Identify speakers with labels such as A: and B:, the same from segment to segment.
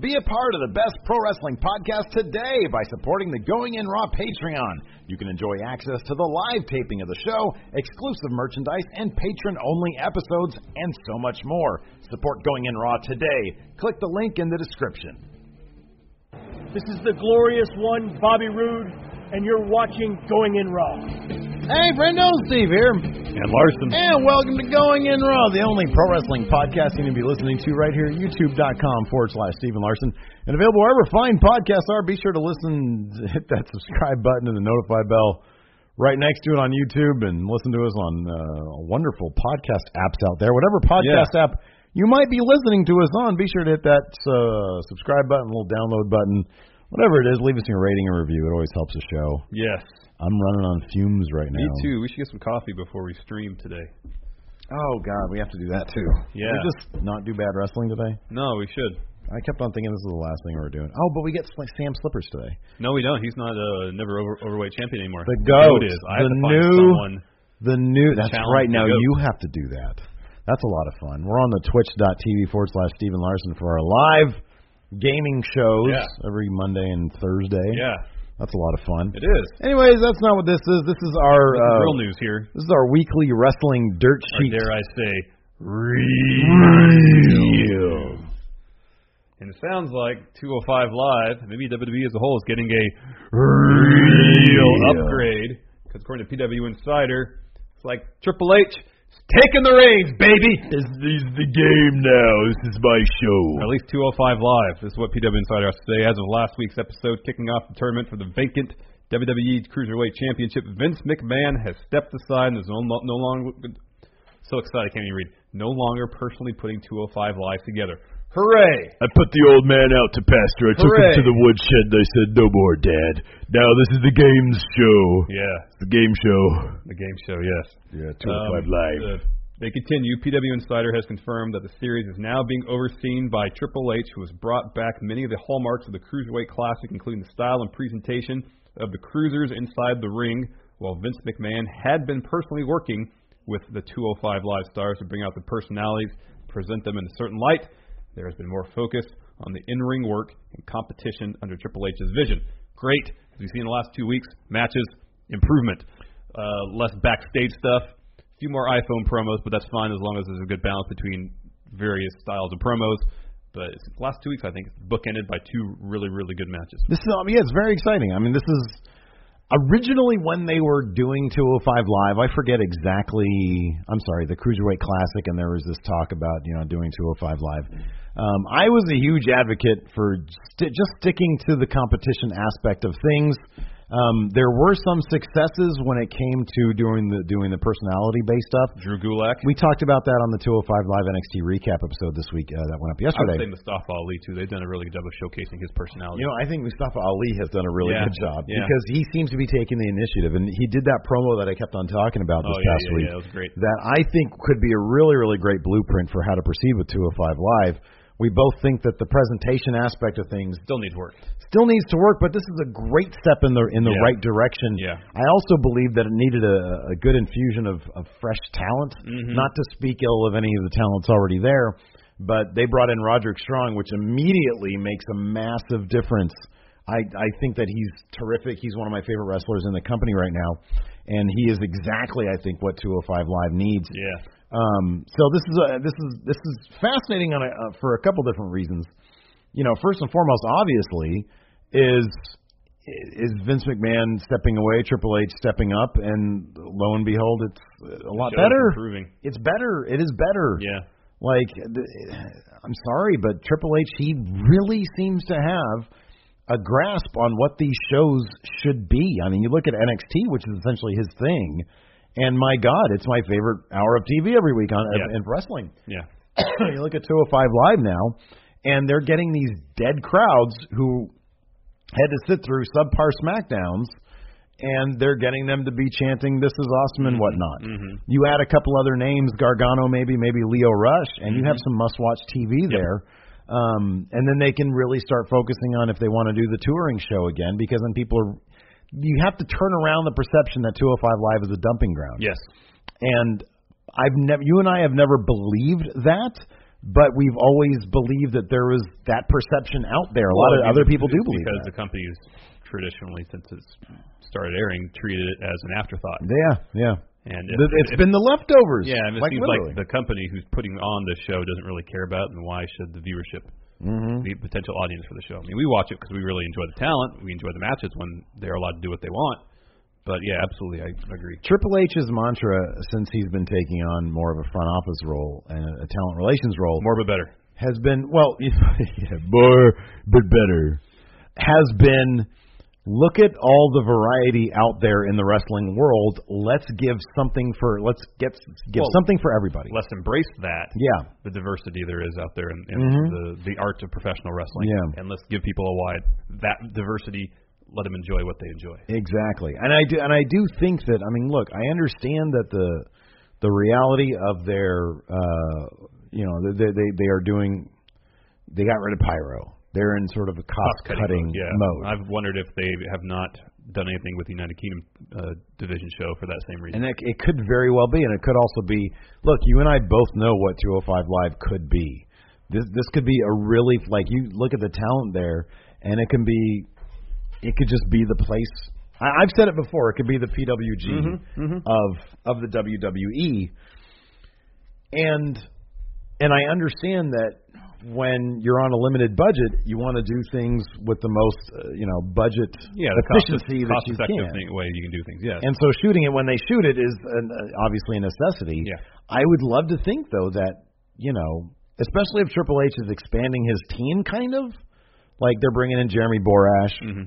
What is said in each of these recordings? A: Be a part of the best pro wrestling podcast today by supporting the Going In Raw Patreon. You can enjoy access to the live taping of the show, exclusive merchandise, and patron only episodes, and so much more. Support Going In Raw today. Click the link in the description.
B: This is the glorious one, Bobby Roode, and you're watching Going In Raw.
A: Hey, Brendo, Steve here. And Larson. And welcome to Going In Raw, the only pro wrestling podcast you're going to be listening to right here at youtube.com forward slash Steven Larson. And available wherever fine podcasts are. Be sure to listen, hit that subscribe button and the notify bell right next to it on YouTube and listen to us on uh, wonderful podcast apps out there. Whatever podcast app you might be listening to us on, be sure to hit that uh, subscribe button, little download button. Whatever it is, leave us a rating and review. It always helps the show.
C: Yes.
A: I'm running on fumes right now.
C: Me too. We should get some coffee before we stream today.
A: Oh God, we have to do that too.
C: Yeah.
A: Did we just not do bad wrestling today.
C: No, we should.
A: I kept on thinking this is the last thing we were doing. Oh, but we get like Sam Slippers today.
C: No, we don't. He's not a never over, overweight champion anymore.
A: The goat.
C: is.
A: The
C: I have to
A: new-
C: find someone.
A: The new. That's
C: Challenge
A: right.
C: the
A: Now
C: goat.
A: you have to do that. That's a lot of fun. We're on the twitch.tv forward slash Stephen Larson for our live gaming shows
C: Yeah.
A: every Monday and Thursday.
C: Yeah,
A: That's a lot of fun.
C: it is.
A: Anyways, that's not what this is. This is our uh,
C: Real news here.
A: This is our weekly wrestling dirt
C: Or
A: sheet.
C: dare I say,
A: Real.
C: and it sounds like 205 Live, maybe WWE as a whole, is getting a real
A: Real
C: upgrade. Because according to PW Insider, it's like Triple H is taking the reins, baby.
A: This is the game now. This is my
C: Or
A: show.
C: at least 205 Live. This is what PW Insider has to say. As of last week's episode, kicking off the tournament for the vacant WWE Cruiserweight Championship, Vince McMahon has stepped aside and is no, lo- no longer. So excited, I can't even read. No longer personally putting 205 Live together. Hooray!
A: I put the old man out to pasture. I took
C: Hooray.
A: him to the woodshed. They said, "No more, Dad. Now this is the game's show.
C: Yeah,
A: It's the game show."
C: the game show, yes.
A: Yeah, oh
C: Um, uh, they continue. PW Insider has confirmed that the series is now being overseen by Triple H, who has brought back many of the hallmarks of the Cruiserweight Classic, including the style and presentation of the cruisers inside the ring, while Vince McMahon had been personally working with the 205 Live stars to bring out the personalities, present them in a certain light. There has been more focus on the in-ring work and competition under Triple H's vision. Great, as we've seen in the last two weeks, matches, improvement, uh, less backstage stuff, a few more iPhone promos, but that's fine as long as there's a good balance between various styles of promos. But it's- the last two weeks, I think, it's bookended by two really, really good matches.
A: This is um, yeah, it's very exciting. I mean, this is originally when they were doing 205 Live. I forget exactly. I'm sorry, the Cruiserweight Classic, and there was this talk about you know doing 205 Live. Um, I was a huge advocate for st- just sticking to the competition aspect of things. Um, there were some successes when it came to doing the doing the personality based stuff.
C: Drew Gulak.
A: We talked about that on the 205 Live NXT recap episode this week uh, that went up
C: I would say
A: yesterday.
C: Mustafa Ali, too. They've done a really good job of showcasing his personality.
A: You know, I think Mustafa Ali has done a really
C: Yeah,
A: good job
C: yeah.
A: because he seems to be taking the initiative, and he did that promo that I kept on talking about
C: oh,
A: this
C: yeah,
A: past
C: yeah,
A: week.
C: yeah, that was great.
A: That I think could be a really, really great blueprint for how to proceed with 205 Live. We both think that the presentation aspect of things
C: Still needs work.
A: still needs to work, but this is a great step in the in the
C: Yeah.
A: right direction.
C: Yeah.
A: I also believe that it needed a, a good infusion of, of fresh talent,
C: Mm-hmm.
A: not to speak ill of any of the talents already there, but they brought in Roderick Strong, which immediately makes a massive difference. I, I think that he's terrific. He's one of my favorite wrestlers in the company right now, and he is exactly I think what 205 Live needs.
C: Yeah.
A: Um, so this is a, this is this is fascinating on a, uh, for a couple different reasons. You know, first and foremost, obviously, is is Vince McMahon stepping away, Triple H stepping up, and lo and behold, it's a lot
C: Show's
A: better.
C: Improving.
A: It's better. It is better.
C: Yeah.
A: Like, th- I'm sorry, but Triple H, he really seems to have a grasp on what these shows should be. I mean, you look at NXT, which is essentially his thing, and my God, it's my favorite hour of TV every week on
C: Yeah.
A: in wrestling.
C: Yeah.
A: you look at 205 Live now, and they're getting these dead crowds who had to sit through subpar SmackDowns, and they're getting them to be chanting "This is awesome" and whatnot. You add a couple other names, Gargano maybe, maybe Leo Rush, and you have some must-watch TV there. Um, and then they can really start focusing on if they want to do the touring show again, because then people are. You have to turn around the perception that 205 Live is a dumping ground
C: Yes.
A: and I've never you and I have never believed that, but we've always believed that there was that perception out there. A lot of other people do believe
C: because
A: that.
C: the company is traditionally, since it's started airing, treated it as an afterthought.
A: Yeah, yeah.
C: And
A: Th- it's been the leftovers.
C: yeah, and it
A: like
C: seems
A: literally.
C: like the company who's putting on the show doesn't really care about, it, and why should the viewership,
A: Mm-hmm.
C: the potential audience for the show? I mean, we watch it because we really enjoy the talent, we enjoy the matches when they're allowed to do what they want. But yeah, absolutely, I agree.
A: Triple H's mantra since he's been taking on more of a front office role and a talent relations role
C: More but better.
A: has been well, yeah, more but better has been. Look at all the variety out there in the wrestling world. Let's give something for let's get give
C: Well,
A: something for everybody.
C: Let's embrace that.
A: Yeah. Mm-hmm.
C: the diversity there is out there in, in the the art of professional wrestling.
A: Yeah.
C: And let's give people a wide that diversity. Let them enjoy what they enjoy.
A: Exactly, and I do, and I do think that. I mean, look, I understand that the the reality of their, uh, you know, they they they are doing, they got rid of pyro. They're in sort of a cost
C: Cutting
A: cutting
C: mode, yeah.
A: mode,
C: I've wondered if they have not done anything with the United Kingdom uh, division show for that same reason.
A: and it, it could very well be, and it could also be. Look, you and I both know what 205 Live could be. This this could be a really like you look at the talent there, and it can be, it could just be the place. I, I've said it before. It could be the PWG
C: Mm-hmm,
A: of of the WWE, and and I understand that when you're on a limited budget, you want to do things with the most uh, you know budget
C: yeah, the
A: efficiency
C: cost, cost
A: that you
C: effective
A: can.
C: thing, way you can do things. Yes.
A: And so shooting it when they shoot it is an, uh, obviously a necessity.
C: Yeah.
A: I would love to think though that you know, especially if Triple H is expanding his team, kind of like they're bringing in Jeremy Borash.
C: Mm-hmm.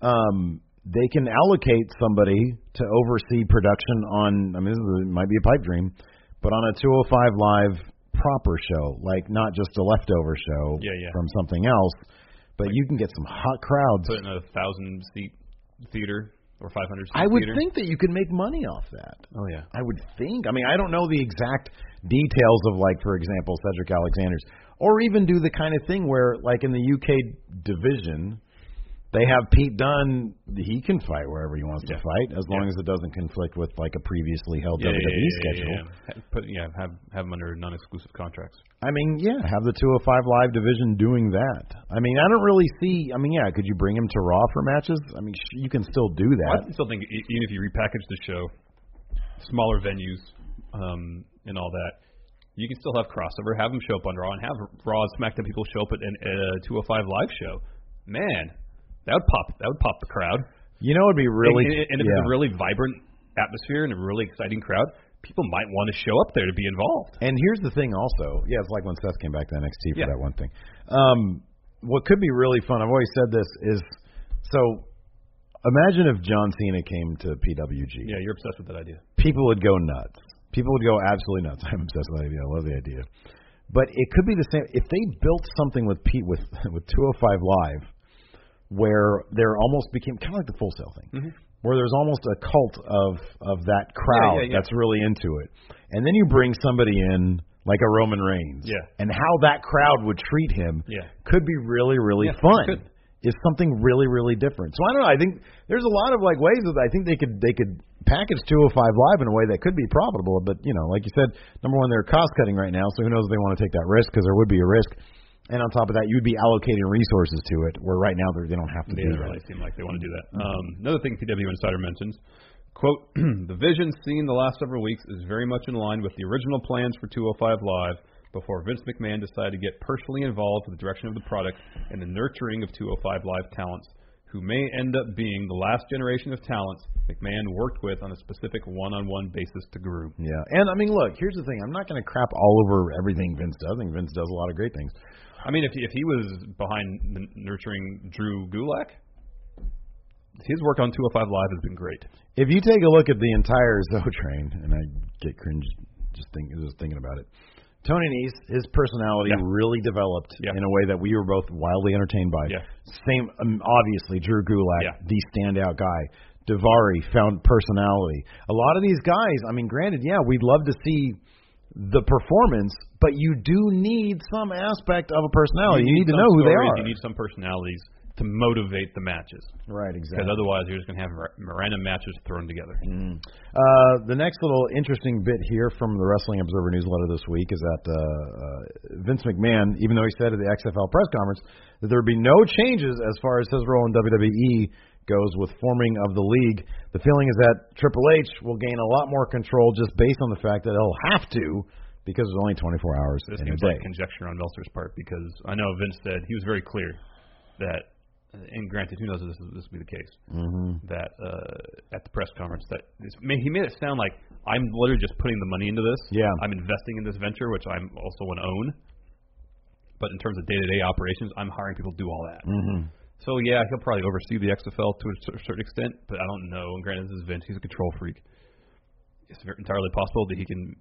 A: Um, they can allocate somebody to oversee production on. I mean, this is, it might be a pipe dream, but on a 205 live proper show, like not just a leftover show
C: Yeah, yeah.
A: from something else. But you can get some hot crowds.
C: Put in a thousand seat theater or five hundred seat
A: I would
C: theater.
A: think that you could make money off that.
C: Oh yeah.
A: I would think. I mean, I don't know the exact details of, like, for example, Cedric Alexander's, or even do the kind of thing where, like, in the UK division, they have Pete Dunne. He can fight wherever he wants to fight, as long as it doesn't conflict with like a previously held
C: Yeah,
A: WWE
C: yeah, yeah, yeah,
A: schedule.
C: yeah, yeah. Ha- Put, yeah, have have them under non-exclusive contracts.
A: I mean, yeah, have the 205 Live division doing that. I mean, I don't really see. I mean, yeah, could you bring him to Raw for matches? I mean, sh- you can still do
C: Well,
A: that.
C: I still think e- even if you repackage the show, smaller venues, um, and all that, you can still have crossover. Have them show up on Raw and have Raw and SmackDown people show up at an uh, at a 205 live show. Man, that would pop. That would pop the crowd.
A: You know, it'd be really.
C: and, and if
A: yeah.
C: it's a really vibrant atmosphere and a really exciting crowd, people might want to show up there to be involved.
A: And here's the thing, also, yeah, it's like when Seth came back to NXT for
C: Yeah.
A: that one thing. Um, what could be really fun, I've always said this, is so imagine if John Cena came to PWG.
C: Yeah, you're obsessed with that idea.
A: People would go nuts. People would go absolutely nuts. I'm obsessed with that idea. I love the idea. But it could be the same if they built something with Pete with with 205 Live, where there almost became kind of like the Full Sail thing, where there's almost a cult of of that crowd
C: Mm-hmm. yeah, yeah.
A: that's really into it, and then you bring somebody in like a Roman Reigns,
C: Yeah.
A: and how that crowd would treat him,
C: Yeah.
A: could be really really
C: Yeah, it
A: fun.
C: could.
A: Is something really really different. So I don't know. I think there's a lot of like ways that I think they could they could package 205 live in a way that could be profitable. But you know, like you said, number one, they're cost cutting right now, so who knows if they want to take that risk because there would be a risk. And on top of that, you'd be allocating resources to it, where right now they're- they don't have to
C: They
A: do
C: doesn't
A: that.
C: really seem like they want to do that. Um, another thing PW Insider mentions, quote, the vision seen the last several weeks is very much in line with the original plans for 205 Live before Vince McMahon decided to get personally involved with the direction of the product and the nurturing of 205 Live talents, who may end up being the last generation of talents McMahon worked with on a specific one-on-one basis to groom.
A: Yeah, and I mean, look, here's the thing. I'm not going to crap all over everything Vince does. I think Vince does a lot of great things.
C: I mean, if he, if he was behind n- nurturing Drew Gulak, his work on 205 Live has been great.
A: If you take a look at the entire Zoe train, and I get cringe just, think, just thinking about it, Tony Nese, his personality
C: Yeah.
A: really developed
C: Yeah.
A: in a way that we were both wildly entertained by.
C: Yeah.
A: Same, um, obviously, Drew Gulak,
C: Yeah.
A: the standout guy. Davari found personality. A lot of these guys, I mean, granted, yeah, we'd love to see the performance, but you do need some aspect of a personality. You, need, to
C: some
A: know who they
C: stories,
A: are.
C: You need some personalities to motivate the matches.
A: right, exactly.
C: Because otherwise, you're just going to have ra- random matches thrown together.
A: Uh, the next little interesting bit here from the Wrestling Observer newsletter this week is that uh, uh, Vince McMahon, even though he said at the XFL press conference that there would be no changes as far as his role in WWE goes with forming of the league, the feeling is that Triple H will gain a lot more control just based on the fact that he'll have to because there's only 24 hours
C: This
A: in a
C: seems
A: day.
C: like conjecture on Meltzer's part because I know Vince said he was very clear that, and granted, who knows if this, is, this will be the case, mm-hmm. that uh, at the press conference that this, man, he made it sound like I'm literally just putting the money into this.
A: Yeah.
C: I'm investing in this venture, which I'm also an own. But in terms of day-to-day operations, I'm hiring people to do all that. Mm-hmm. So yeah, he'll probably oversee the XFL to a cer- certain extent, but I don't know. And granted, this is Vince; he's a control freak. It's ver- entirely possible that he can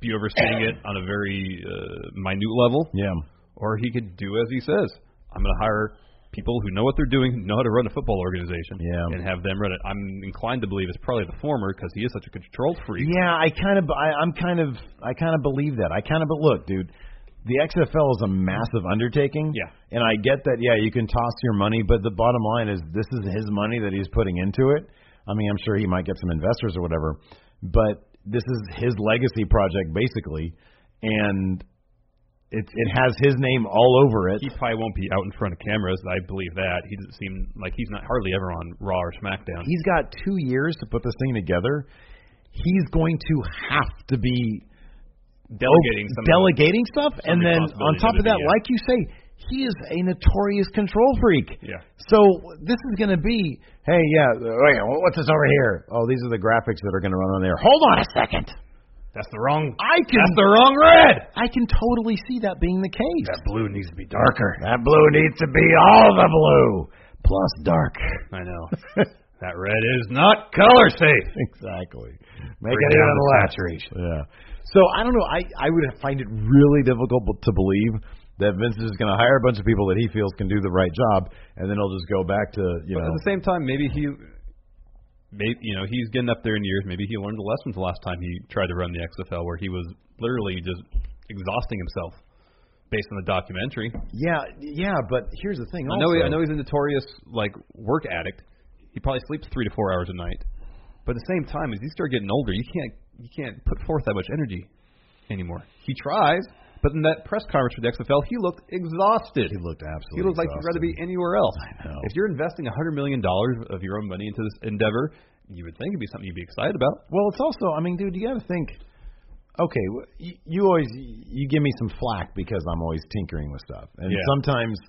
C: be overseeing it on a very uh, minute level,
A: yeah.
C: or he could do as he says. I'm going to hire people who know what they're doing, who know how to run a football organization,
A: Yeah.
C: and have them run it. I'm inclined to believe it's probably the former because he is such a control freak.
A: Yeah, I kind of, I, I'm kind of, I kind of believe that. I kind of, but look, dude, the XFL is a massive undertaking.
C: Yeah.
A: and I get that. Yeah, you can toss your money, but the bottom line is this is his money that he's putting into it. I mean, I'm sure he might get some investors or whatever, but this is his legacy project basically, and it it has his name all over it.
C: He probably won't be out in front of cameras. I believe that he doesn't seem like he's not hardly ever on Raw or SmackDown.
A: He's got two years to put this thing together. He's going to have to be oh,
C: delegating some
A: delegating stuff,
C: some
A: and then on
C: responsibilities
A: top
C: into
A: of that,
C: the, uh,
A: like you say, he is a notorious control freak.
C: Yeah.
A: So this is going to be, hey, yeah, uh, wait, what's this over here? Oh, these are the graphics that are going to run on there. Hold on a second.
C: That's the wrong.
A: I can
C: That's the wrong red.
A: I can totally see that being the case.
D: That blue needs to be darker.
A: That blue needs to be all the blue plus dark.
C: I know. that red is not color safe.
A: Exactly. Make
C: Bring
A: it
C: down
A: even
C: the
A: less.
C: saturation.
A: Yeah. So I don't know. I I would find it really difficult b- to believe that Vince is going to hire a bunch of people that he feels can do the right job, and then he'll just go back to you
C: But
A: know.
C: at the same time, maybe he, maybe you know, he's getting up there in years. Maybe he learned a lesson the last time he tried to run the XFL, where he was literally just exhausting himself, based on the documentary.
A: Yeah, yeah. But here's the thing.
C: I know, he,
A: also.
C: I know, he's a notorious like work addict. He probably sleeps three to four hours a night. But at the same time, as you start getting older, you can't you can't put forth that much energy anymore. He tries, but in that press conference with the XFL, he looked exhausted.
A: He looked absolutely.
C: He looks like he'd rather be anywhere else.
A: I know.
C: If you're investing a hundred million dollars of your own money into this endeavor, you would think it'd be something you'd be excited about.
A: Well, it's also. I mean, dude, you got to think. Okay, w- you, you always you give me some flack because I'm always tinkering with stuff, and
C: Yeah.
A: sometimes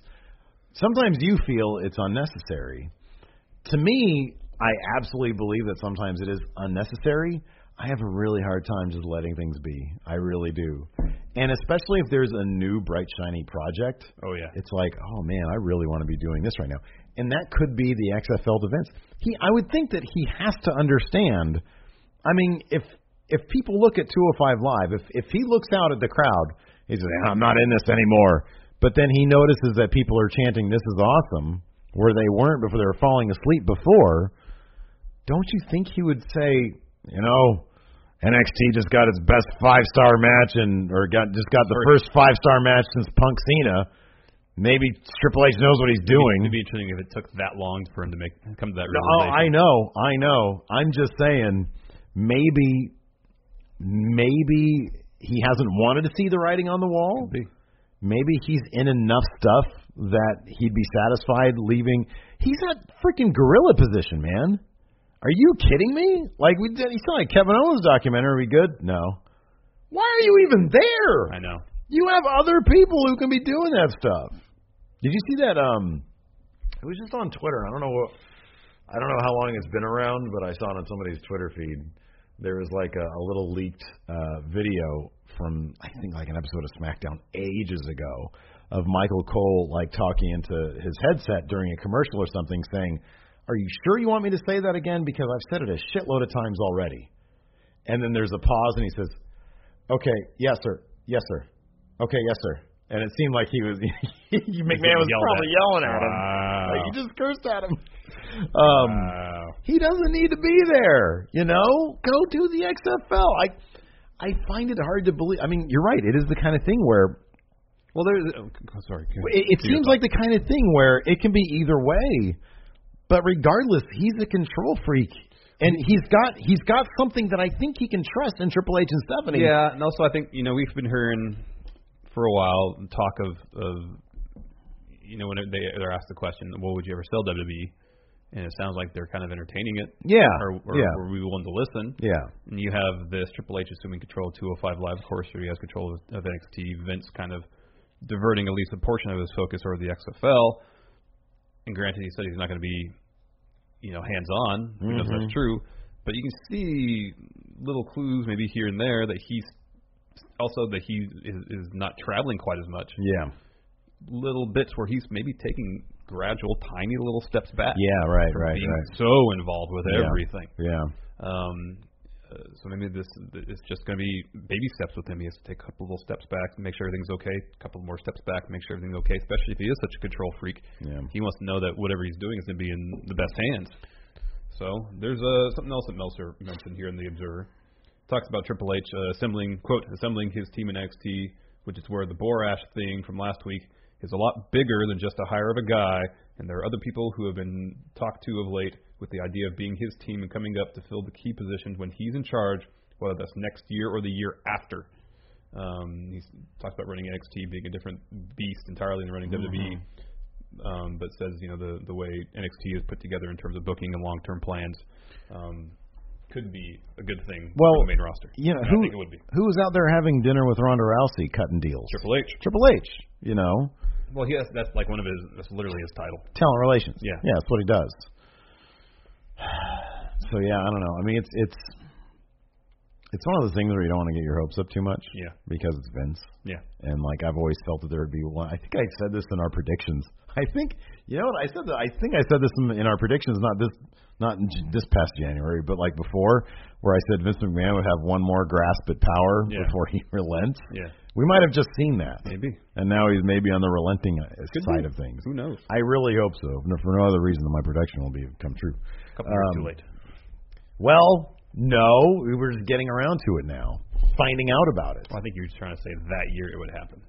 A: sometimes you feel it's unnecessary. To me, I absolutely believe that sometimes it is unnecessary. I have a really hard time just letting things be. I really do, and especially if there's a new bright shiny project.
C: Oh, yeah.
A: it's like, oh man, I really want to be doing this right now, and that could be the XFL events. He, I would think that he has to understand. I mean, if if people look at 205 Live, if if he looks out at the crowd, he says, "Ah, "I'm not in this anymore," but then he notices that people are chanting, "This is awesome," where they weren't before they were falling asleep before. Don't you think he would say, you know? NXT just got its best five star match and or got just got the first five star match since Punk Cena. Maybe Triple H knows what he's doing.
C: It'd be interesting if it took that long for him to make come to that
A: No, oh, I
C: realization.
A: know, I know. I'm just saying, maybe, maybe he hasn't wanted to see the writing on the wall.
C: be.
A: Maybe he's in enough stuff that he'd be satisfied leaving. He's at freaking gorilla position, man. Are you kidding me? Like we did, he saw like Kevin Owens documentary. Are we good? No. Why are you even there?
C: I know.
A: You have other people who can be doing that stuff. Did you see that? Um, it was just on Twitter. I don't know what, I don't know how long it's been around, but I saw it on somebody's Twitter feed. There was like a, a little leaked uh, video from I think like an episode of SmackDown ages ago of Michael Cole like talking into his headset during a commercial or something, saying, "Are you sure you want me to say that again? Because I've said it a shitload of times already." And then there's a pause, and he says, "Okay, yes, sir.
D: Yes, sir. Okay, yes, sir. And it seemed like he was. McMahon was
C: Yelled
D: probably
C: at.
D: yelling at him.
A: Uh,
C: Wow.
D: Like, he just cursed at him. Um,
C: Wow.
D: He doesn't need to be there. You know, go to the XFL. I I find it hard to believe. I mean, you're right. It is the kind of thing where
C: Well, there's. Oh, sorry.
D: it, it seems like the kind of thing where it can be either way. But regardless, he's a control freak, and he's got he's got something that I think he can trust in Triple H and Stephanie.
C: Yeah, and also I think you know we've been hearing for a while talk of of you know when they they're asked the question, well, would you ever sell WWE? And it sounds like they're kind of entertaining it.
D: Yeah,
C: Or, or
D: yeah.
C: were we willing to listen?
D: Yeah.
C: And you have this Triple H assuming control of 205 Live, of course, where he has control of, of NXT. Vince kind of diverting at least a portion of his focus over the XFL. And granted, he said he's not going to be, you know, hands on. Who knows
D: Mm-hmm.
C: if that's true? But you can see little clues maybe here and there that he's also that he is, is not traveling quite as much.
D: Yeah.
C: Little bits where he's maybe taking gradual, tiny little steps back.
D: Yeah. Right.
C: from
D: Right.
C: Being
D: Right.
C: so involved with
D: Yeah.
C: everything.
D: Yeah.
C: Um, uh, so maybe this it's just going to be baby steps with him. He has to take a couple little steps back, make sure everything's okay. A couple more steps back, make sure everything's okay. Especially if he is such a control freak,
D: Yeah.
C: he wants to know that whatever he's doing is going to be in the best hands. So there's uh, something else that Meltzer mentioned here in the Observer. Talks about Triple H uh, assembling quote assembling his team in NXT, which is where the Borash thing from last week is a lot bigger than just a hire of a guy, and there are other people who have been talked to of late with the idea of being his team and coming up to fill the key positions when he's in charge, whether that's next year or the year after. Um, he's talks about running NXT being a different beast entirely than running E. WWE um, but says you know the the way NXT is put together in terms of booking and long term plans um, could be a good thing
D: Well,
C: for the main roster.
D: You know
C: And
D: who
C: I think it would be
D: who was out there having dinner with Ronda Rousey, cutting deals.
C: Triple H.
D: Triple H. You know,
C: Well, he has, that's like one of his that's literally his title.
D: talent relations.
C: Yeah.
D: yeah, that's what he does. So yeah, I don't know. I mean, it's it's it's one of those things where you don't want to get your hopes up too much.
C: Yeah.
D: because it's Vince,
C: Yeah,
D: and like I've always felt that there would be one. I think I said this in our predictions. I think you know what I said. That, I think I said this in, in our predictions, not this not in j- this past January, but like before, where I said Vince McMahon would have one more grasp at power
C: Yeah.
D: before he relents.
C: yeah,
D: We might have just seen that.
C: maybe.
D: And now he's maybe on the relenting uh,
C: Could
D: side
C: be.
D: of things.
C: Who knows?
D: I really hope so. No- For no other reason than my prediction will be come true.
C: A couple years
D: Um,
C: too late.
D: Well, no, we were just getting around to it now, finding out about it.
C: Well, I think you're just trying to say that year it would happen.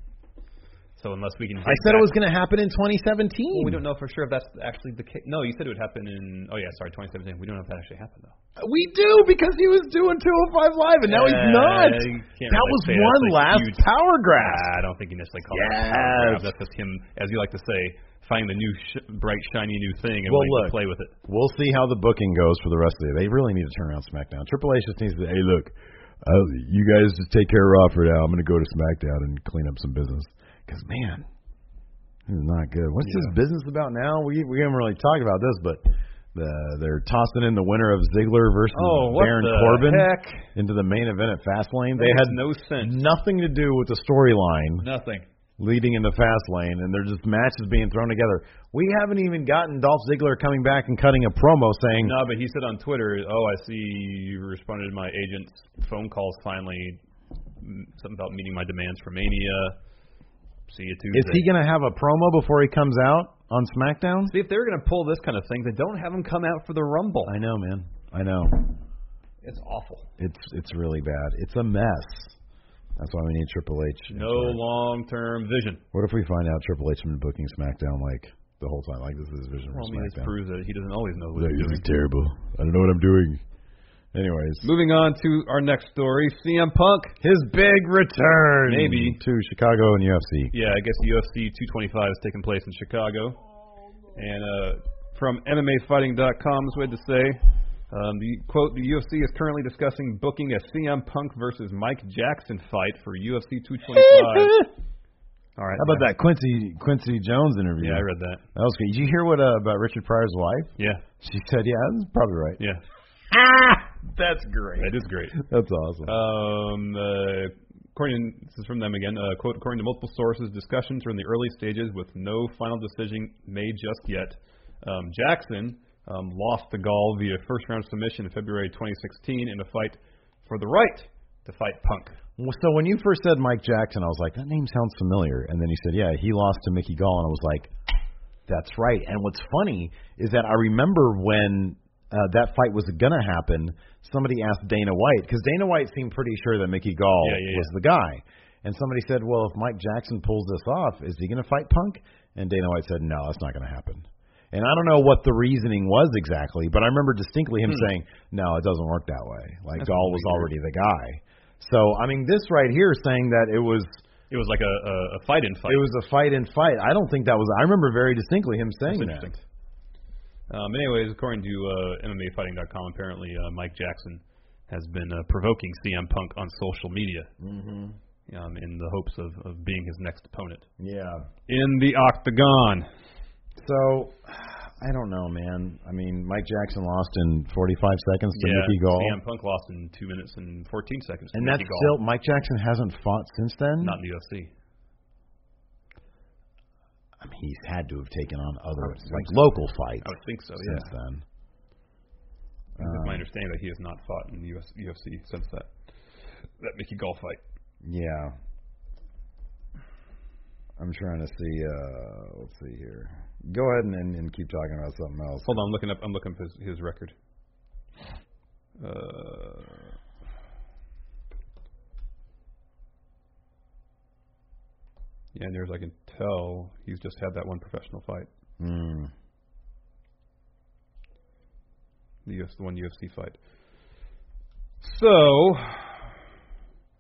C: So unless we can,
D: I said it was going to happen in 2017.
C: Well, we don't know for sure if that's actually the case. No, you said it would happen in. Oh yeah, sorry, 2017. We don't know if that actually happened though.
D: We do because he was doing 205 live, and now he's
C: Yeah,
D: not.
C: you can't
D: That
C: really
D: was
C: say that's
D: one
C: a
D: last
C: huge-
D: power
C: I
D: grab.
C: don't think he necessarily called it
D: Yes.
C: a power grab. That's just him, as you like to say, find the new sh- bright, shiny new thing and
D: Well,
C: wanting
D: look.
C: to play with it.
D: We'll see how the booking goes for the rest of the They really need to turn around SmackDown. Triple H just needs to, hey, look, uh, you guys just take care of Raw for now. I'm going to go to SmackDown and clean up some business. Because, man, this is not good. What's this business about now? We we haven't really talked about this, but the, they're tossing in the winner of Ziggler versus
C: Oh, what
D: Baron
C: the
D: Corbin
C: heck?
D: into the main event at Fastlane.
C: That
D: They had
C: makes no sense.
D: nothing to do with the storyline
C: Nothing.
D: leading into fast lane, and they're just matches being thrown together. We haven't even gotten Dolph Ziggler coming back and cutting a promo saying,
C: No, but he said on Twitter, "Oh, I see you responded to my agent's phone calls finally. Mm, Something about meeting my demands for Mania. See you Tuesday."
D: "Is he going to have a promo before he comes out on SmackDown?"
C: See, if they're going to pull this kind of thing, then don't have him come out for the Rumble.
D: I know, man. I know.
C: It's awful.
D: It's it's really bad. It's a mess. That's why we need Triple H.
C: No long-term vision.
D: What if we find out Triple H has been booking SmackDown like the whole time? Like this is his vision for
C: Well, I mean, this
D: SmackDown.
C: proves that he doesn't always know what
D: Like,
C: he's doing.
D: this is terrible. I don't know what I'm doing. Anyways,
C: Moving on to our next story, CM Punk.
D: his big return,
C: Maybe.
D: to Chicago and UFC.
C: Yeah, I guess UFC 225 is taking place in Chicago. And uh, from MMAfighting.com is what it had to say. Um, the quote: The UFC is currently discussing booking a CM Punk versus Mike Jackson fight for UFC 225. All right.
D: How about that Quincy Quincy Jones interview?
C: Yeah, I read that.
D: That was good. Did you hear what uh, about Richard Pryor's wife?
C: Yeah,
D: She said, "Yeah, that's probably right."
C: yeah,
D: That's great.
C: that is Ah! great.
D: That's awesome.
C: Um, uh, according this is from them again. Uh, quote: According to multiple sources, discussions are in the early stages with no final decision made just yet. Um, Jackson um, lost the Gaul via first round submission in February 2016 in a fight for the right to fight Punk.
D: Well, So when you first said Mike Jackson, I was like, that name sounds familiar. And then you said, yeah, he lost to Mickey Gall, and I was like, that's right. And what's funny is that I remember when uh, that fight was gonna happen, somebody asked Dana White because Dana White seemed pretty sure that Mickey Gall
C: Yeah, yeah,
D: was the guy. And somebody said, well, if Mike Jackson pulls this off, is he gonna fight Punk? And Dana White said, no, that's not gonna happen. And I don't know what the reasoning was exactly, but I remember distinctly him
C: Hmm.
D: saying, "No, it doesn't work that way. Like Gall was already the guy." So I mean, this right here saying that it was
C: It was like a, a, a fight in fight.
D: it was a fight and fight. I don't think that was. I remember very distinctly him saying
C: That's
D: that.
C: interesting. Um, anyways, according to uh, MMAfighting.com, apparently uh, Mike Jackson has been uh, provoking CM Punk on social media
D: Mm-hmm.
C: um, in the hopes of, of being his next opponent
D: Yeah.
C: in the octagon.
D: So I don't know, man. I mean, Mike Jackson lost in 45 seconds to
C: yeah,
D: Mickey Gall,
C: CM Punk lost in two minutes and 14 seconds. to
D: and that's
C: Mickey
D: still
C: Gall,
D: Mike Jackson hasn't fought since then.
C: not in the UFC.
D: I mean, he's had to have taken on other like local fights
C: I would think so.
D: since
C: Oh, Yeah,
D: then.
C: it's
D: Um,
C: my understanding that he has not fought in the US, UFC since that that Mickey Gall fight.
D: Um, Yeah. I'm trying to see. Uh, let's see here. Go ahead and, and, and keep talking about something else.
C: Hold on, I'm looking up. I'm looking up his, his record. Uh, yeah, and near as I can tell, he's just had that one professional fight.
D: Hmm.
C: The, UFC, the one UFC fight. So,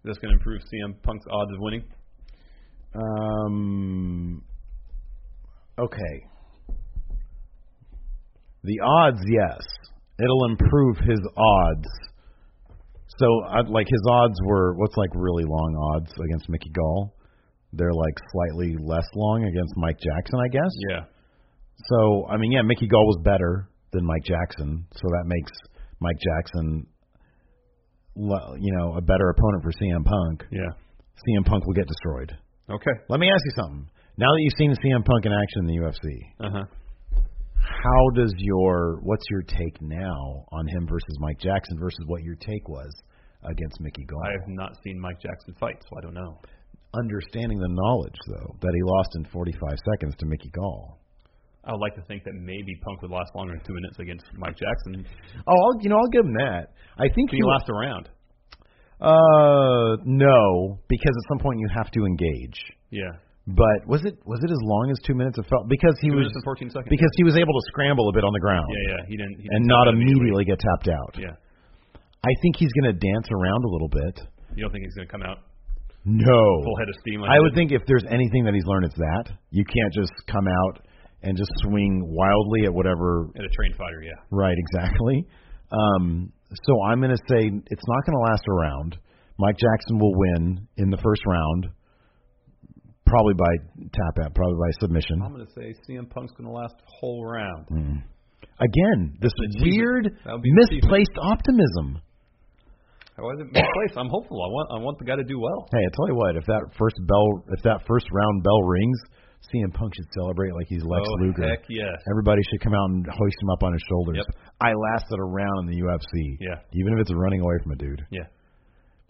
C: this can improve CM Punk's odds of winning.
D: Um. Okay. The odds, yes, it'll improve his odds. So, I'd, like his odds were what's like really long odds against Mickey Gall. They're like slightly less long against Mike Jackson, I guess.
C: Yeah.
D: So I mean, yeah, Mickey Gall was better than Mike Jackson, so that makes Mike Jackson, le- you know, a better opponent for CM Punk.
C: Yeah.
D: CM Punk will get destroyed.
C: Okay.
D: Let me ask you something. Now that you've seen CM Punk in action in the UFC,
C: Uh huh.
D: how does your what's your take now on him versus Mike Jackson versus what your take was against Mickey Gall?
C: I have not seen Mike Jackson fight, so I don't know.
D: Understanding the knowledge though that he lost in 45 seconds to Mickey Gall.
C: I would like to think that maybe Punk would last longer than two minutes against Mike Jackson.
D: Oh, I'll, you know, I'll give him that. I think
C: He last a round.
D: Uh, no, because at some point you have to engage.
C: Yeah.
D: But was it was it as long as two minutes? It felt because he
C: Two
D: was
C: minutes and 14 seconds.
D: because he was able to scramble a bit on the ground
C: Yeah, yeah. He didn't. He
D: and
C: didn't
D: not
C: tap it
D: immediately get tapped out.
C: Yeah.
D: I think he's going to dance around a little bit.
C: You don't think he's going to come out
D: No,
C: full head of steam? Like
D: I would think if there's anything that he's learned, it's that you can't just come out and just swing wildly at whatever
C: at a trained fighter. Yeah.
D: Right, exactly. Um, so I'm going to say it's not going to last a round. Mike Jackson will win in the first round, probably by tap out, probably by submission.
C: I'm going to say CM Punk's going to last the whole round.
D: Again, this
C: That's a teaser.
D: weird,
C: That would be the teaser.
D: misplaced optimism.
C: I wasn't my place. I'm hopeful. I want. I want the guy to do well.
D: Hey, I tell you what, if that first bell, if that first round bell rings, CM Punk should celebrate like he's Lex
C: oh
D: Luger.
C: heck yes.
D: Everybody should come out and hoist him up on his shoulders.
C: Yep.
D: I lasted a round in the UFC.
C: Yeah.
D: Even if it's running away from a dude.
C: Yeah.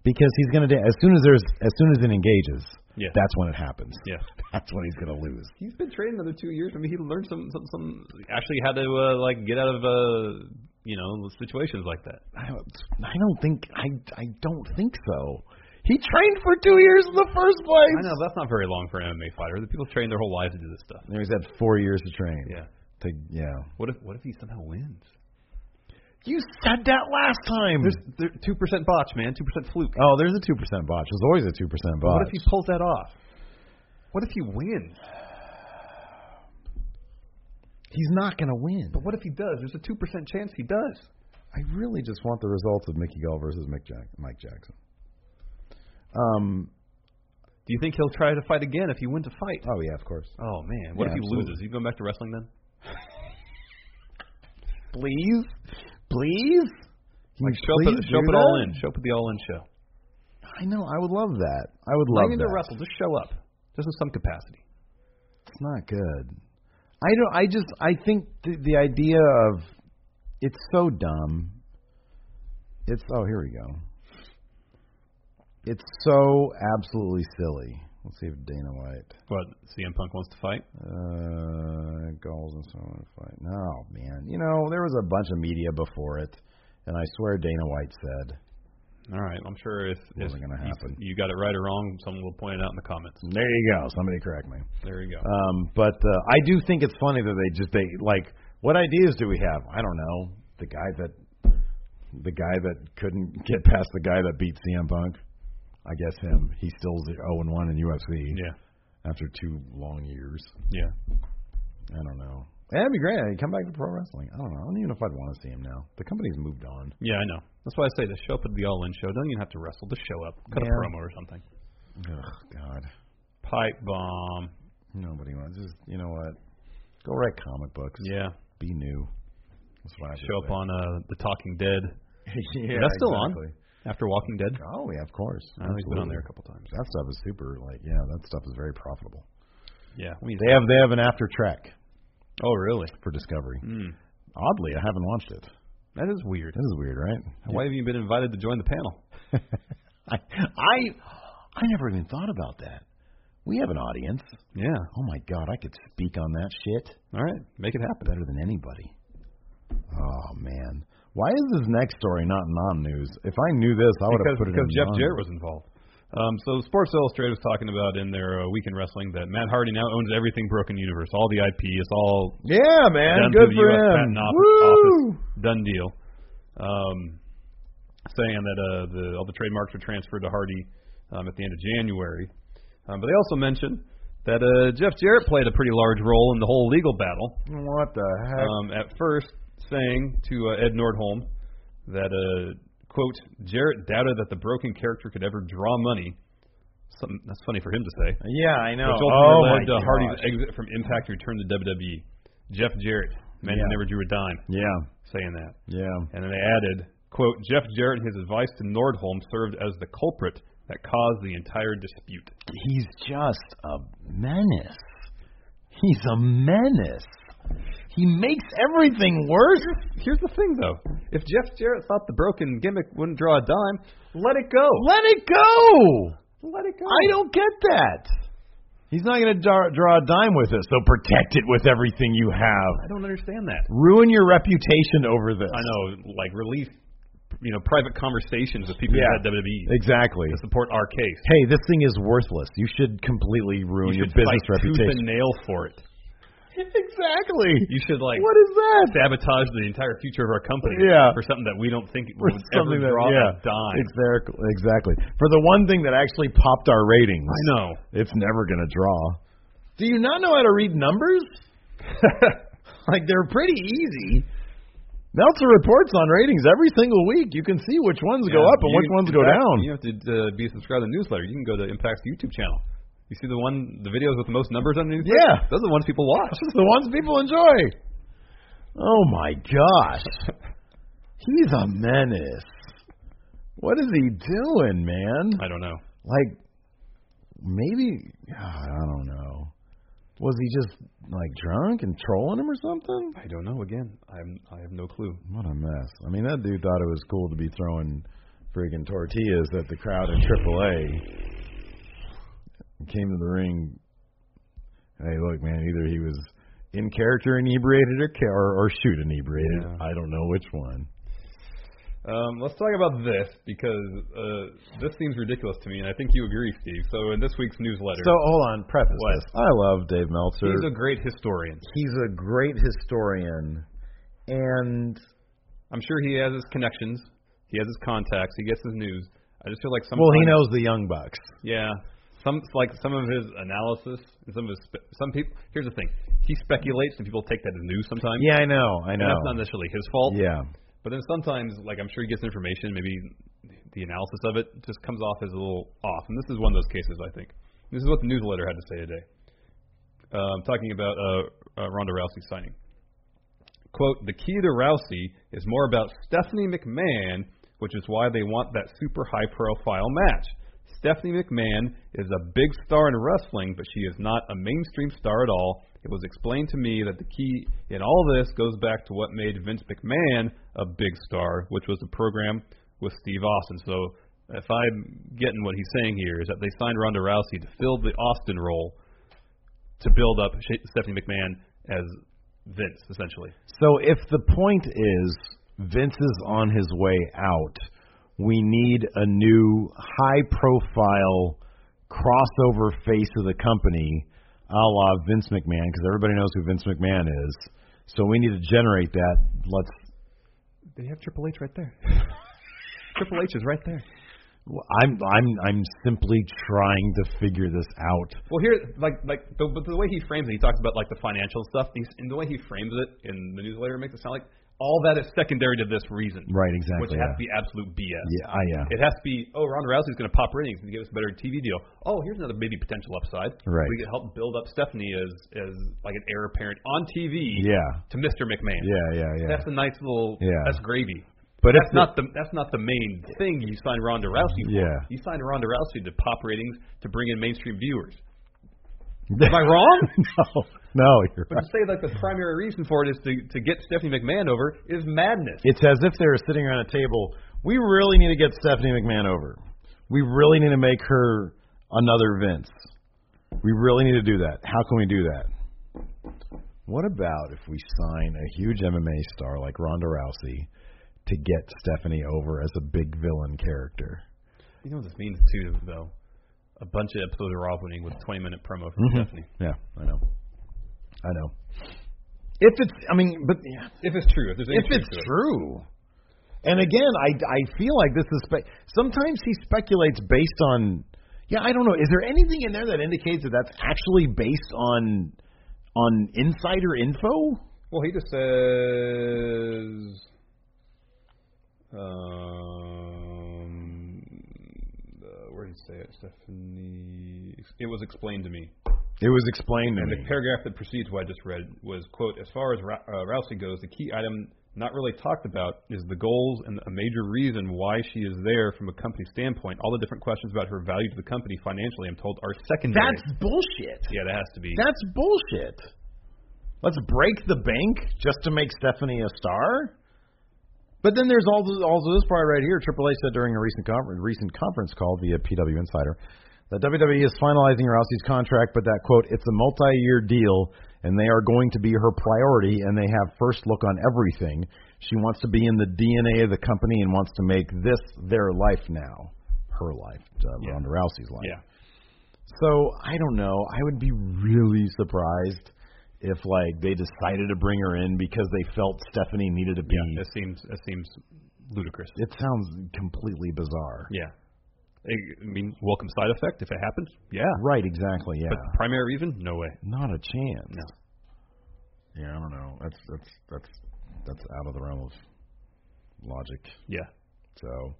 D: because he's gonna da- as soon as there's as soon as it engages,
C: Yeah.
D: that's when it happens.
C: Yeah.
D: That's when he's gonna lose.
C: He's been training another two years. I mean, he learned some some some actually how to uh, like get out of uh you know situations like that.
D: I don't, I don't think I I don't think so. He trained for two years in the first place.
C: I know that's not very long for an MMA fighter. The people train their whole lives to do this stuff.
D: And he's had four years to train.
C: Yeah.
D: To, yeah.
C: What if what if he somehow wins?
D: You said that last time.
C: There's two percent botch, man. Two percent fluke.
D: oh, there's a two percent botch. There's always a two percent botch.
C: What if he pulls that off? What if he wins?
D: he's not gonna win?
C: But what if he does? There's a two percent chance he does.
D: I really just want the results of Mickey Gall versus Mick Jack- Mike Jackson. Um.
C: Do you think he'll try to fight again if he wins a fight?
D: Oh yeah, of course.
C: Oh man, what
D: Yeah,
C: if he
D: absolutely.
C: loses? Are you going back to wrestling then?
D: Please, please. Can
C: Like
D: you
C: show up, at,
D: please
C: show up
D: do
C: at all
D: that?
C: in, show up at the all in show.
D: I know. I would love that. I would
C: Not
D: love
C: even
D: that.
C: to wrestle, just show up, just in some capacity.
D: It's not good. I don't. I just. I think the, the idea of it's so dumb. It's oh here we go. It's so absolutely silly. Let's see if Dana White
C: But CM Punk wants to fight.
D: uh, goals and so on. Fight. No, man. You know there was a bunch of media before it, and I swear Dana White said
C: All right, I'm sure if, if
D: Wasn't gonna
C: you-
D: happen.
C: You, got it right or wrong, someone will point it out in the comments.
D: There you go. Somebody correct me.
C: There you go.
D: Um, but uh, I do think it's funny that they just they like what ideas do we have? I don't know. The guy that the guy that couldn't get past the guy that beat CM Punk. I guess him. He's still 0 and 1 in UFC
C: yeah,
D: after two long years.
C: yeah.
D: I don't know. That'd be great. He'd come back to pro wrestling. I don't know. I don't even know if I'd want to see him now. The company's moved on.
C: Yeah, I know. That's why I say the show up at the All In show. Don't even have to wrestle. Just show up. Cut
D: Yeah.
C: a promo or something.
D: Ugh, God.
C: Pipe bomb.
D: Nobody wants. Just you know what? Go write comic books.
C: Yeah.
D: Be new. That's what I
C: Show up on uh, the Talking Dead
D: yeah,
C: That's still on?
D: exactly.
C: after Walking Dead.
D: Oh yeah, of course.
C: I know he's been on
D: Absolutely.
C: there a couple times.
D: That stuff is super. Like yeah, that stuff is very profitable.
C: Yeah. We
D: They have they have an after track
C: oh, really?
D: for Discovery.
C: Mm.
D: Oddly, I haven't watched it.
C: That is weird.
D: This is weird, right?
C: Why have you been invited to join the panel?
D: I I I never even thought about that. We have an audience.
C: Yeah.
D: Oh my god, I could speak on that shit
C: All right. Make it happen.
D: better than anybody. Oh man, why is this next story not non-news? If I knew this, I would
C: because,
D: have put it
C: because
D: in
C: Jeff
D: non-
C: Jarrett was involved. Um, so Sports Illustrated was talking about in their uh, weekend wrestling that Matt Hardy now owns everything Broken Universe, all the IP, it's all
D: Yeah, man,
C: done
D: good
C: through the
D: for
C: U.S.
D: him.
C: Patent office,
D: Woo!
C: office, done deal. Um, saying that uh, the, all the trademarks were transferred to Hardy um, at the end of January. Um, but they also mentioned that uh, Jeff Jarrett played a pretty large role in the whole legal battle
D: What the heck?
C: um, at first saying to uh, Ed Nordholm that, uh, quote, Jarrett doubted that the broken character could ever draw money. Something that's funny for him to say.
D: yeah, I know.
C: Which
D: Oh
C: ultimately led to
D: my
C: Hardy's
D: gosh.
C: exit from Impact to return to WWE. Jeff Jarrett, man
D: Yeah.
C: who never drew a dime,
D: Yeah,
C: saying that.
D: yeah.
C: And then they added, quote, Jeff Jarrett and his advice to Nordholm served as the culprit that caused the entire dispute.
D: He's just a menace. He's a menace. He makes everything worse.
C: Here's the thing, though. If Jeff Jarrett thought the broken gimmick wouldn't draw a dime, let it go.
D: Let it go.
C: Let it go.
D: I don't get that. He's not going to draw, draw a dime with it, so protect it with everything you
C: I
D: have.
C: don't understand that.
D: Ruin your reputation over this.
C: I know, like release, you know, private conversations with people
D: Yeah.
C: at WWE
D: Exactly.
C: to E support our case.
D: Hey, this thing is worthless. You should completely ruin
C: you
D: your
C: should
D: business
C: fight tooth and
D: reputation.
C: nail for it.
D: Exactly.
C: You should like
D: What is that?
C: sabotage the entire future of our company
D: Yeah.
C: for something that we don't think
D: for
C: would ever
D: something that-
C: draw
D: yeah,
C: a dime.
D: Exactly, exactly. For the one thing that actually popped our ratings.
C: I know.
D: It's never going to draw. Do you not know how to read numbers? like, they're pretty easy. Meltzer reports on ratings every single week. You can see which ones go
C: Yeah.
D: up and
C: You-
D: which ones
C: in
D: go
C: fact,
D: down.
C: You have to uh, be subscribed to the newsletter. You can go to Impact's YouTube channel. You see the one, the videos with the most numbers underneath. it?
D: Yeah.
C: those are the ones people watch.
D: It's the ones people enjoy. Oh my gosh. He's a menace. What is he doing, man?
C: I don't know.
D: like maybe ah, I don't know. Was he just like drunk and trolling him or something?
C: I don't know. Again, I'm, I have no clue.
D: What a mess. I mean, that dude thought it was cool to be throwing freaking tortillas at the crowd in AAA. Came to the ring. Hey, look, man. Either he was in character inebriated or ca- or, or shoot inebriated.
C: Yeah.
D: I don't know which one.
C: Um, let's talk about this because uh, this seems ridiculous to me, and I think you agree, Steve. So in this week's newsletter,
D: So hold on. Preface
C: What?
D: this. I love Dave Meltzer.
C: he's a great historian.
D: he's a great historian, and
C: I'm sure he has his connections, he has his contacts, he gets his news. I just feel like some.
D: Well, he knows the Young Bucks.
C: Yeah, some like some of his analysis and some of his spe- some people. Here's the thing: he speculates, and people take that as news sometimes.
D: Yeah, I know. I
C: And
D: know.
C: that's not necessarily his fault.
D: yeah.
C: But then sometimes, like I'm sure he gets information, maybe the analysis of it just comes off as a little off. And this is one of those cases, I think. This is what the newsletter had to say today, um, talking about uh, uh, Ronda Rousey signing. "Quote: The key to Rousey is more about Stephanie McMahon, which is why they want that super high-profile match. Stephanie McMahon is a big star in wrestling, but she is not a mainstream star at all. It was explained to me that the key in all this goes back to what made Vince McMahon a big star, which was the program with Steve Austin. So if I'm getting what he's saying here, is that they signed Ronda Rousey to fill the Austin role to build up Sha- Stephanie McMahon as Vince, essentially.
D: So if the point is Vince is on his way out, we need a new high profile crossover face of the company, a la Vince McMahon, because everybody knows who Vince McMahon is. So we need to generate that. Let's.
C: They have Triple H right there. Triple H is right there.
D: I'm I'm I'm simply trying to figure this out.
C: Well, here, like, like, the, but the way he frames it, he talks about like the financial stuff, and, he's, and the way he frames it in the newsletter makes it sound like all that is secondary to this reason,
D: Right, exactly,
C: Which has to
D: yeah.
C: be absolute BS.
D: Yeah, I yeah.
C: It has to be, oh, Ronda Rousey's going to pop ratings and give us a better TV deal. Oh, here's another maybe potential upside.
D: Right.
C: We could help build up Stephanie as as like an heir apparent on TV.
D: Yeah.
C: To Mr. McMahon.
D: Yeah, yeah, yeah.
C: That's a nice little.
D: Yeah.
C: That's gravy.
D: But if
C: that's not the that's not the main thing you signed Ronda Rousey for.
D: Yeah.
C: You signed Ronda Rousey to pop ratings to bring in mainstream viewers.
D: the,
C: Am I wrong?
D: no, no, you're
C: But to say like the primary reason for it is to to get Stephanie McMahon over is madness.
D: It's as if they were sitting around a table. We really need to get Stephanie McMahon over. We really need to make her another Vince. We really need to do that. How can we do that? What about if we sign a huge MMA star like Ronda Rousey to get Stephanie over as a big villain character?
C: You know what this means too, though. A bunch of episodes of Raw opening with a 20 minute promo from
D: Mm-hmm.
C: Stephanie.
D: Yeah, I know. I know. If it's, I mean, but
C: If it's true, if there's any
D: if
C: truth
D: it's
C: to it.
D: true. And again, I I feel like this is spe- sometimes he speculates based on yeah I don't know is there anything in there that indicates that that's actually based on on insider info?
C: Well, he just says. Um, uh, where did he say it? Stephanie. It was explained to me.
D: It was explained to
C: And
D: me.
C: the paragraph that precedes what I just read was, quote, as far as Ra- uh, Rousey goes, the key item not really talked about is the goals and a major reason why she is there from a company standpoint. All the different questions about her value to the company financially, I'm told, are secondary.
D: That's bullshit.
C: yeah, that has to be.
D: That's bullshit. Let's break the bank just to make Stephanie a star. But then there's all also this part right here. Triple H said during a recent conference, recent conference call via PW Insider that WWE is finalizing Rousey's contract, but that quote it's a multi-year deal and they are going to be her priority and they have first look on everything. She wants to be in the DNA of the company and wants to make this their life now, her life, uh,
C: Yeah.
D: Ronda Rousey's life.
C: yeah.
D: So I don't know. I would be really surprised if like they decided to bring her in because they felt Stephanie needed to be.
C: Yeah, that seems that seems ludicrous.
D: It sounds completely bizarre.
C: Yeah. I I mean, welcome side effect if it happens. Yeah.
D: Right. Exactly. Yeah.
C: But the primary reason? No way.
D: Not a chance.
C: No.
D: Yeah. I don't know. That's that's that's that's out of the realm of logic.
C: Yeah.
D: So,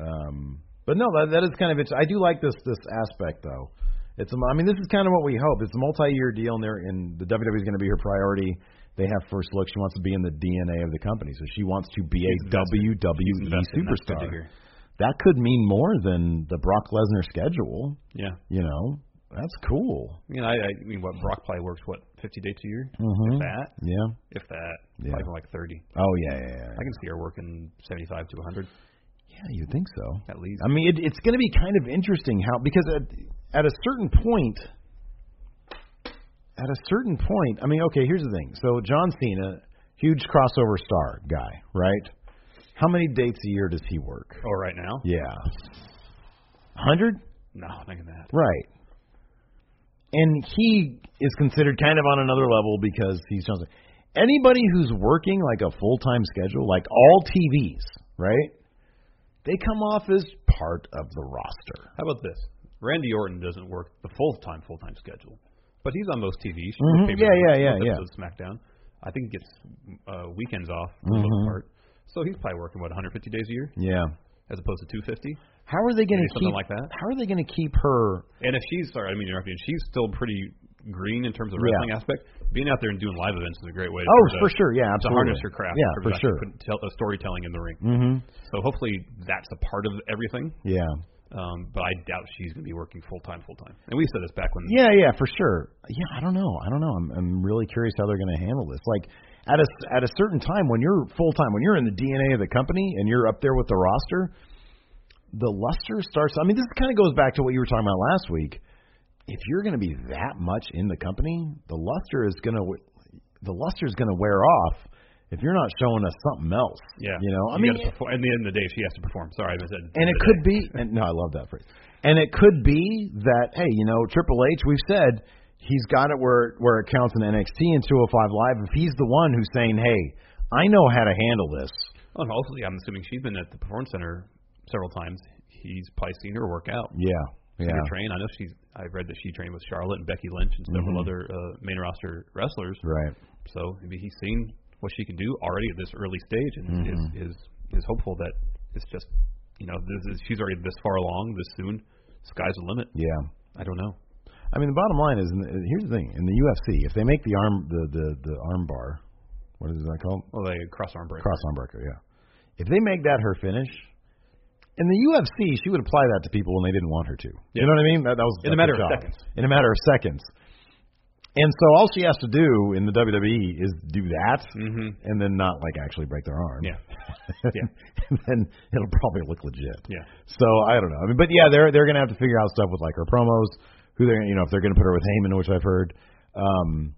D: um, but no, that, that is kind of it. I do like this this aspect though. It's I mean this is kind of what we hope. It's a multi-year deal, and they're and the WWE is going to be her priority. They have first look. She wants to be in the DNA of the company, so she wants to be a
C: She's invested.
D: WWE
C: invested, and that's good to
D: superstar.
C: hear.
D: That could mean more than the Brock Lesnar schedule.
C: Yeah.
D: You know, that's cool.
C: You know, I, I mean, what Brock probably works what 50 dates a year,
D: Mhm.
C: if that,
D: Yeah.
C: if that,
D: Yeah.
C: probably like 30.
D: Oh yeah, yeah, yeah.
C: I can see her working 75 to 100
D: Yeah, you think so?
C: at least.
D: I mean, it, it's going to be kind of interesting how because at, at a certain point, at a certain point, I mean, okay, here's the thing. So John Cena, huge crossover star guy, right? How many dates a year does he work?
C: oh, right now?
D: Yeah, hundred,
C: No, not gonna happen.
D: right? And he is considered kind of on another level because he's John. Cena. Anybody who's working like a full time schedule, like all TVs, right? They come off as part of the roster.
C: How about this? Randy Orton doesn't work the full time full time schedule, but he's on most TV. shows.
D: Mhm.
C: Pay-per-view,
D: Yeah, yeah,
C: most
D: yeah, yeah.
C: episodes of SmackDown. I think he gets uh, weekends off for the
D: Mhm.
C: most part. So he's probably working what 150 days a year
D: Yeah.
C: as opposed to 250.
D: How are they going
C: Maybe
D: to
C: something
D: keep
C: like that?
D: How are they going to keep her?
C: And if she's sorry, I mean interrupting. She's still pretty green in terms of
D: Yeah.
C: wrestling aspect. Being out there and doing live events is a great way.
D: Oh,
C: to,
D: for sure. Yeah,
C: To
D: absolutely.
C: harness her craft.
D: Yeah,
C: in terms
D: for
C: of actually
D: sure.
C: putting- tell, uh, storytelling in the ring.
D: Mhm.
C: So hopefully that's a part of everything.
D: Yeah.
C: Um, but I doubt she's going to be working full time, full time. And we said this back when.
D: Yeah, yeah, for sure. Yeah, I don't know. I don't know. I'm I'm really curious how they're going to handle this. Like at a at a certain time when you're full time, when you're in the DNA of the company and you're up there with the roster, the luster starts. I mean, this kind of goes back to what you were talking about last week. If you're going to be that much in the company, the luster is going to the luster is going to wear off if you're not showing us something else.
C: Yeah.
D: you know. I
C: You
D: mean,
C: gotta perform- at the end of the day, she has to perform. Sorry, I said.
D: and it could be. And no, I love that phrase. And it could be that hey, you know, Triple H. We've said he's got it where where it counts in NXT and 205 Live. If he's the one who's saying, hey, I know how to handle this.
C: Oh, and also, yeah, I'm assuming she's been at the performance center several times. He's probably seen her work out.
D: Yeah,
C: Seen her train. I know she's. I've read that she trained with Charlotte and Becky Lynch and several other uh, main roster wrestlers.
D: Mm-hmm. right.
C: So I mean, he's seen what she can do already at this early stage, and
D: Mm-hmm.
C: is, is is hopeful that it's just you know this is, she's already this far along, this soon. Sky's the limit.
D: Yeah.
C: I don't know.
D: I mean, the bottom line is, in the, here's the thing: in the UFC, if they make the arm the the the arm bar, what is that called?
C: Well, they cross arm break.
D: Cross arm breaker, yeah. If they make that her finish, in the UFC, she would apply that to people when they didn't want her to. You know what I mean? That, that was
C: In a
D: that's
C: matter
D: her
C: of
D: job.
C: seconds.
D: In a matter of seconds. And so all she has to do in the WWE is do that,
C: Mhm.
D: and then not like actually break their arm.
C: Yeah. Yeah.
D: and then it'll probably look legit.
C: Yeah.
D: So I don't know. I mean, but yeah, they're they're gonna have to figure out stuff with like her promos, who they're you know if they're gonna put her with Heyman, which I've heard. Um,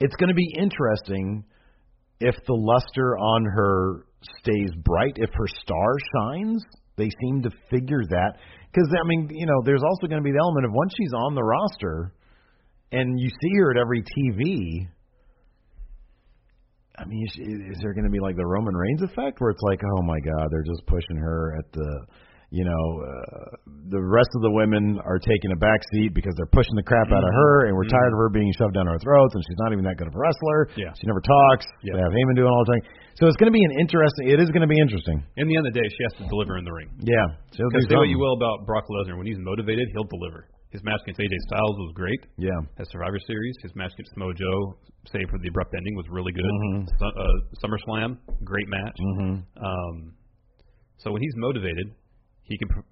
D: it's gonna be interesting if the luster on her stays bright, if her star shines. They seem to figure that because I mean you know there's also gonna be the element of once she's on the roster and you see her at every TV. I mean, is, is there going to be like the Roman Reigns effect, where it's like, oh my God, they're just pushing her at the, you know, uh, the rest of the women are taking a back seat because they're pushing the crap out of
C: Mm-hmm.
D: her, and we're tired of her being shoved down our throats, and she's not even that good of a wrestler.
C: Yeah.
D: she never talks.
C: Yeah.
D: They have Heyman doing all the time, so it's going to be an interesting. It is going to be interesting.
C: In the end of the day, she has to deliver in the ring.
D: Yeah, she'll
C: Because
D: do
C: say what you
D: something.
C: will about Brock Lesnar, when he's motivated, he'll deliver. His match against AJ Styles was great
D: Yeah,
C: at Survivor Series. His match against Mojo, save for the abrupt ending, was really good.
D: Mm-hmm.
C: Su- uh, SummerSlam, great match. Um, so when he's motivated, he can pr-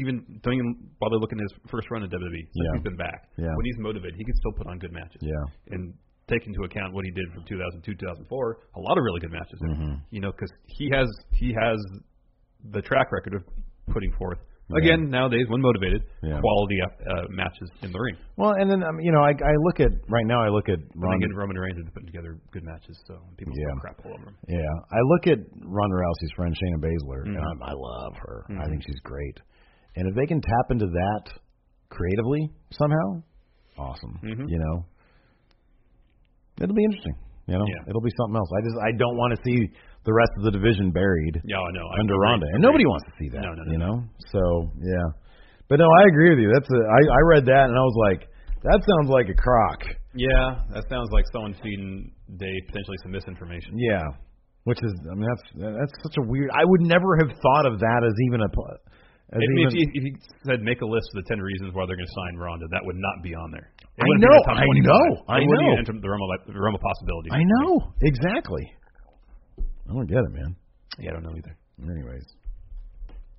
C: even don't even bother looking at his first run in WWE E, since
D: Yeah.
C: he's been back.
D: Yeah.
C: When he's motivated, he can still put on good matches.
D: Yeah.
C: And take into account what he did from 2002 2004, a lot of really good matches. there.
D: Mm-hmm.
C: You know, because he has he has the track record of putting forth. Again, nowadays, when motivated,
D: Yeah.
C: quality uh, uh, matches in the ring.
D: well, and then um, you know, I I look at right now. I look at
C: Ron,
D: Ronda
C: and Roman Reigns have been putting together good matches, so people
D: Yeah.
C: throw crap all over him.
D: Yeah, I look at Ronda Rousey's friend Shayna Baszler, and
C: Mm-hmm.
D: I'm, I love her. I think she's great. And if they can tap into that creatively somehow, awesome.
C: Mm-hmm.
D: You know, it'll be interesting. You know,
C: Yeah.
D: it'll be something else. I just I don't want to see the rest of the division buried
C: Yeah, I know. I
D: under
C: agree.
D: Ronda, and nobody wants to see that.
C: No, no, no,
D: you know, so yeah. But no, I agree with you. That's a I I read that and I was like, that sounds like a crock.
C: Yeah, that sounds like someone feeding Dave potentially some misinformation.
D: Yeah, which is I mean that's that's such a weird. I would never have thought of that as even a pl-
C: If,
D: as
C: if,
D: even.
C: he, if he said make a list of the ten reasons why they're going to sign Ronda, that would not be on there. It
D: I
C: wouldn't be
D: know,
C: the top
D: I
C: 25.
D: know,
C: It
D: I
C: wouldn't even
D: know.
C: enter the realm of, the realm of possibility.
D: I know exactly. I don't get it, man.
C: Yeah, I don't know either.
D: Anyways,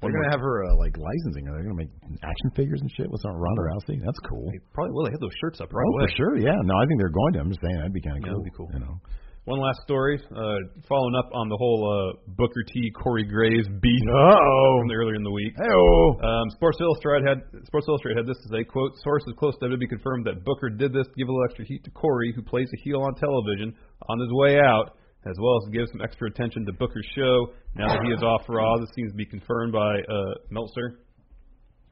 D: they're gonna have her uh, like licensing. Are they gonna make action figures and shit with some Ronda Rousey? That's cool.
C: They probably will. They have those shirts up right
D: Oh,
C: away.
D: for sure. Yeah. No, I think they're going to. I'm just saying that'd be kind of
C: Yeah,
D: cool.
C: that'd be cool.
D: You know.
C: One last story, uh, following up on the whole uh, Booker T. Corey Graves beef
D: Oh.
C: from earlier in the week.
D: Hey.
C: Um, Sports Illustrated had Sports Illustrated had this to say: "Quote: Sources close to WWE confirmed that Booker did this to give a little extra heat to Corey, who plays the heel on television on his way out, as well as to give some extra attention to Booker's show now that he is off Raw. This seems to be confirmed by uh, Meltzer,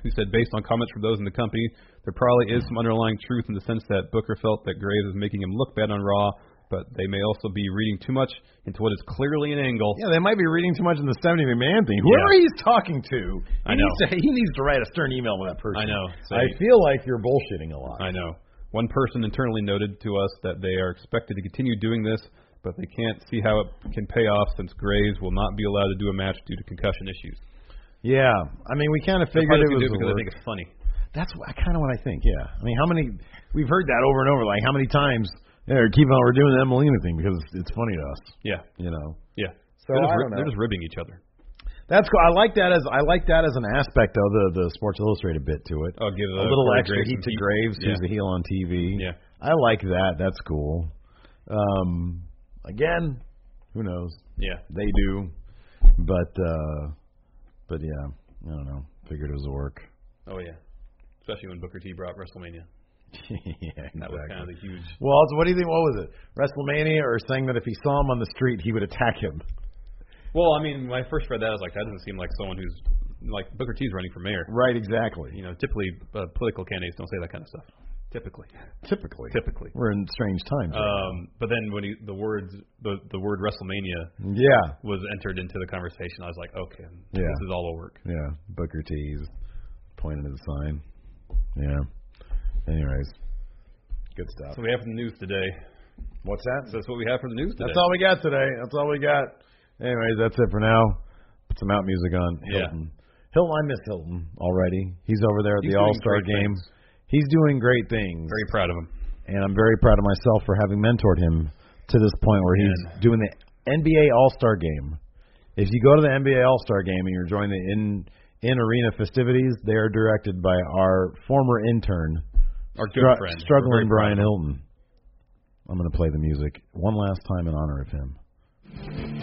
C: who said, based on comments from those in the company, there probably is some underlying truth in the sense that Booker felt that Graves was making him look bad on Raw, but they may also be reading too much into what is clearly an angle."
D: Yeah, they might be reading too much in the 70 McMahon thing. Whoever he's talking to, he,
C: I know.
D: Needs to, he needs to write a stern email to that person.
C: I know. So-
D: I feel like you're bullshitting a lot.
C: I know. One person internally noted to us that they are expected to continue doing this, but they can't see how it can pay off since Graves will not be allowed to do a match due to concussion issues.
D: Yeah, I mean, we kind of figured
C: Probably do
D: it was.
C: it because
D: the
C: I think
D: worst.
C: it's funny.
D: That's kind of what I think. Yeah, I mean, how many we've heard that over and over? Like, how many times? Yeah, keep on we're doing the Emelina thing because it's funny to us.
C: Yeah,
D: You know,
C: yeah.
D: So
C: they're,
D: I
C: just,
D: don't know.
C: they're just ribbing each other.
D: that's cool. I like that as I like that as an aspect of the the Sports Illustrated bit to it.
C: Oh, give
D: a little
C: Corey
D: extra
C: Graves
D: heat
C: some
D: to Graves, who's the
C: Yeah.
D: heel on TV.
C: Yeah.
D: I like that. That's cool. Um, again, who knows?
C: yeah.
D: They do, but uh, but yeah, I don't know. Figured it was a work.
C: Oh yeah, especially when Booker T brought WrestleMania.
D: yeah, exactly.
C: That was kind of the huge.
D: Well, so what do you think? What was it? WrestleMania, or saying that if he saw him on the street, he would attack him?
C: Well, I mean, when I first read that, I was like, that doesn't seem like someone who's like Booker T's running for mayor.
D: Right, exactly.
C: You know, typically uh, political candidates don't say that kind of stuff. Typically,
D: Typically,
C: typically.
D: we're in strange times.
C: Um, but then when he, the words the the word WrestleMania
D: Uh, yeah,
C: was entered into the conversation, I was like, okay,
D: Yeah.
C: this is all a work.
D: yeah. Booker T's pointing to the sign. Yeah. Anyways, good
C: So
D: stuff.
C: we have the news today.
D: What's that?
C: So that's what we have for the news today.
D: That's all we got today. That's all we got. Anyways, that's it for now. Put some out music on.
C: Yeah.
D: Hilton. Hilton, I miss Hilton already. He's over there at
C: He's
D: the
C: doing
D: All Star
C: great
D: game.
C: things.
D: He's doing great things.
C: Very proud of him.
D: and I'm very proud of myself for having mentored him to this point where he's doing the NBA All Star Game. If you go to the NBA All Star Game and you're enjoying the in in arena festivities, they are directed by our former intern,
C: Our good
D: Stru-
C: friend.
D: struggling
C: We're very
D: Brian Hilton. I'm gonna play the music one last time in honor of him.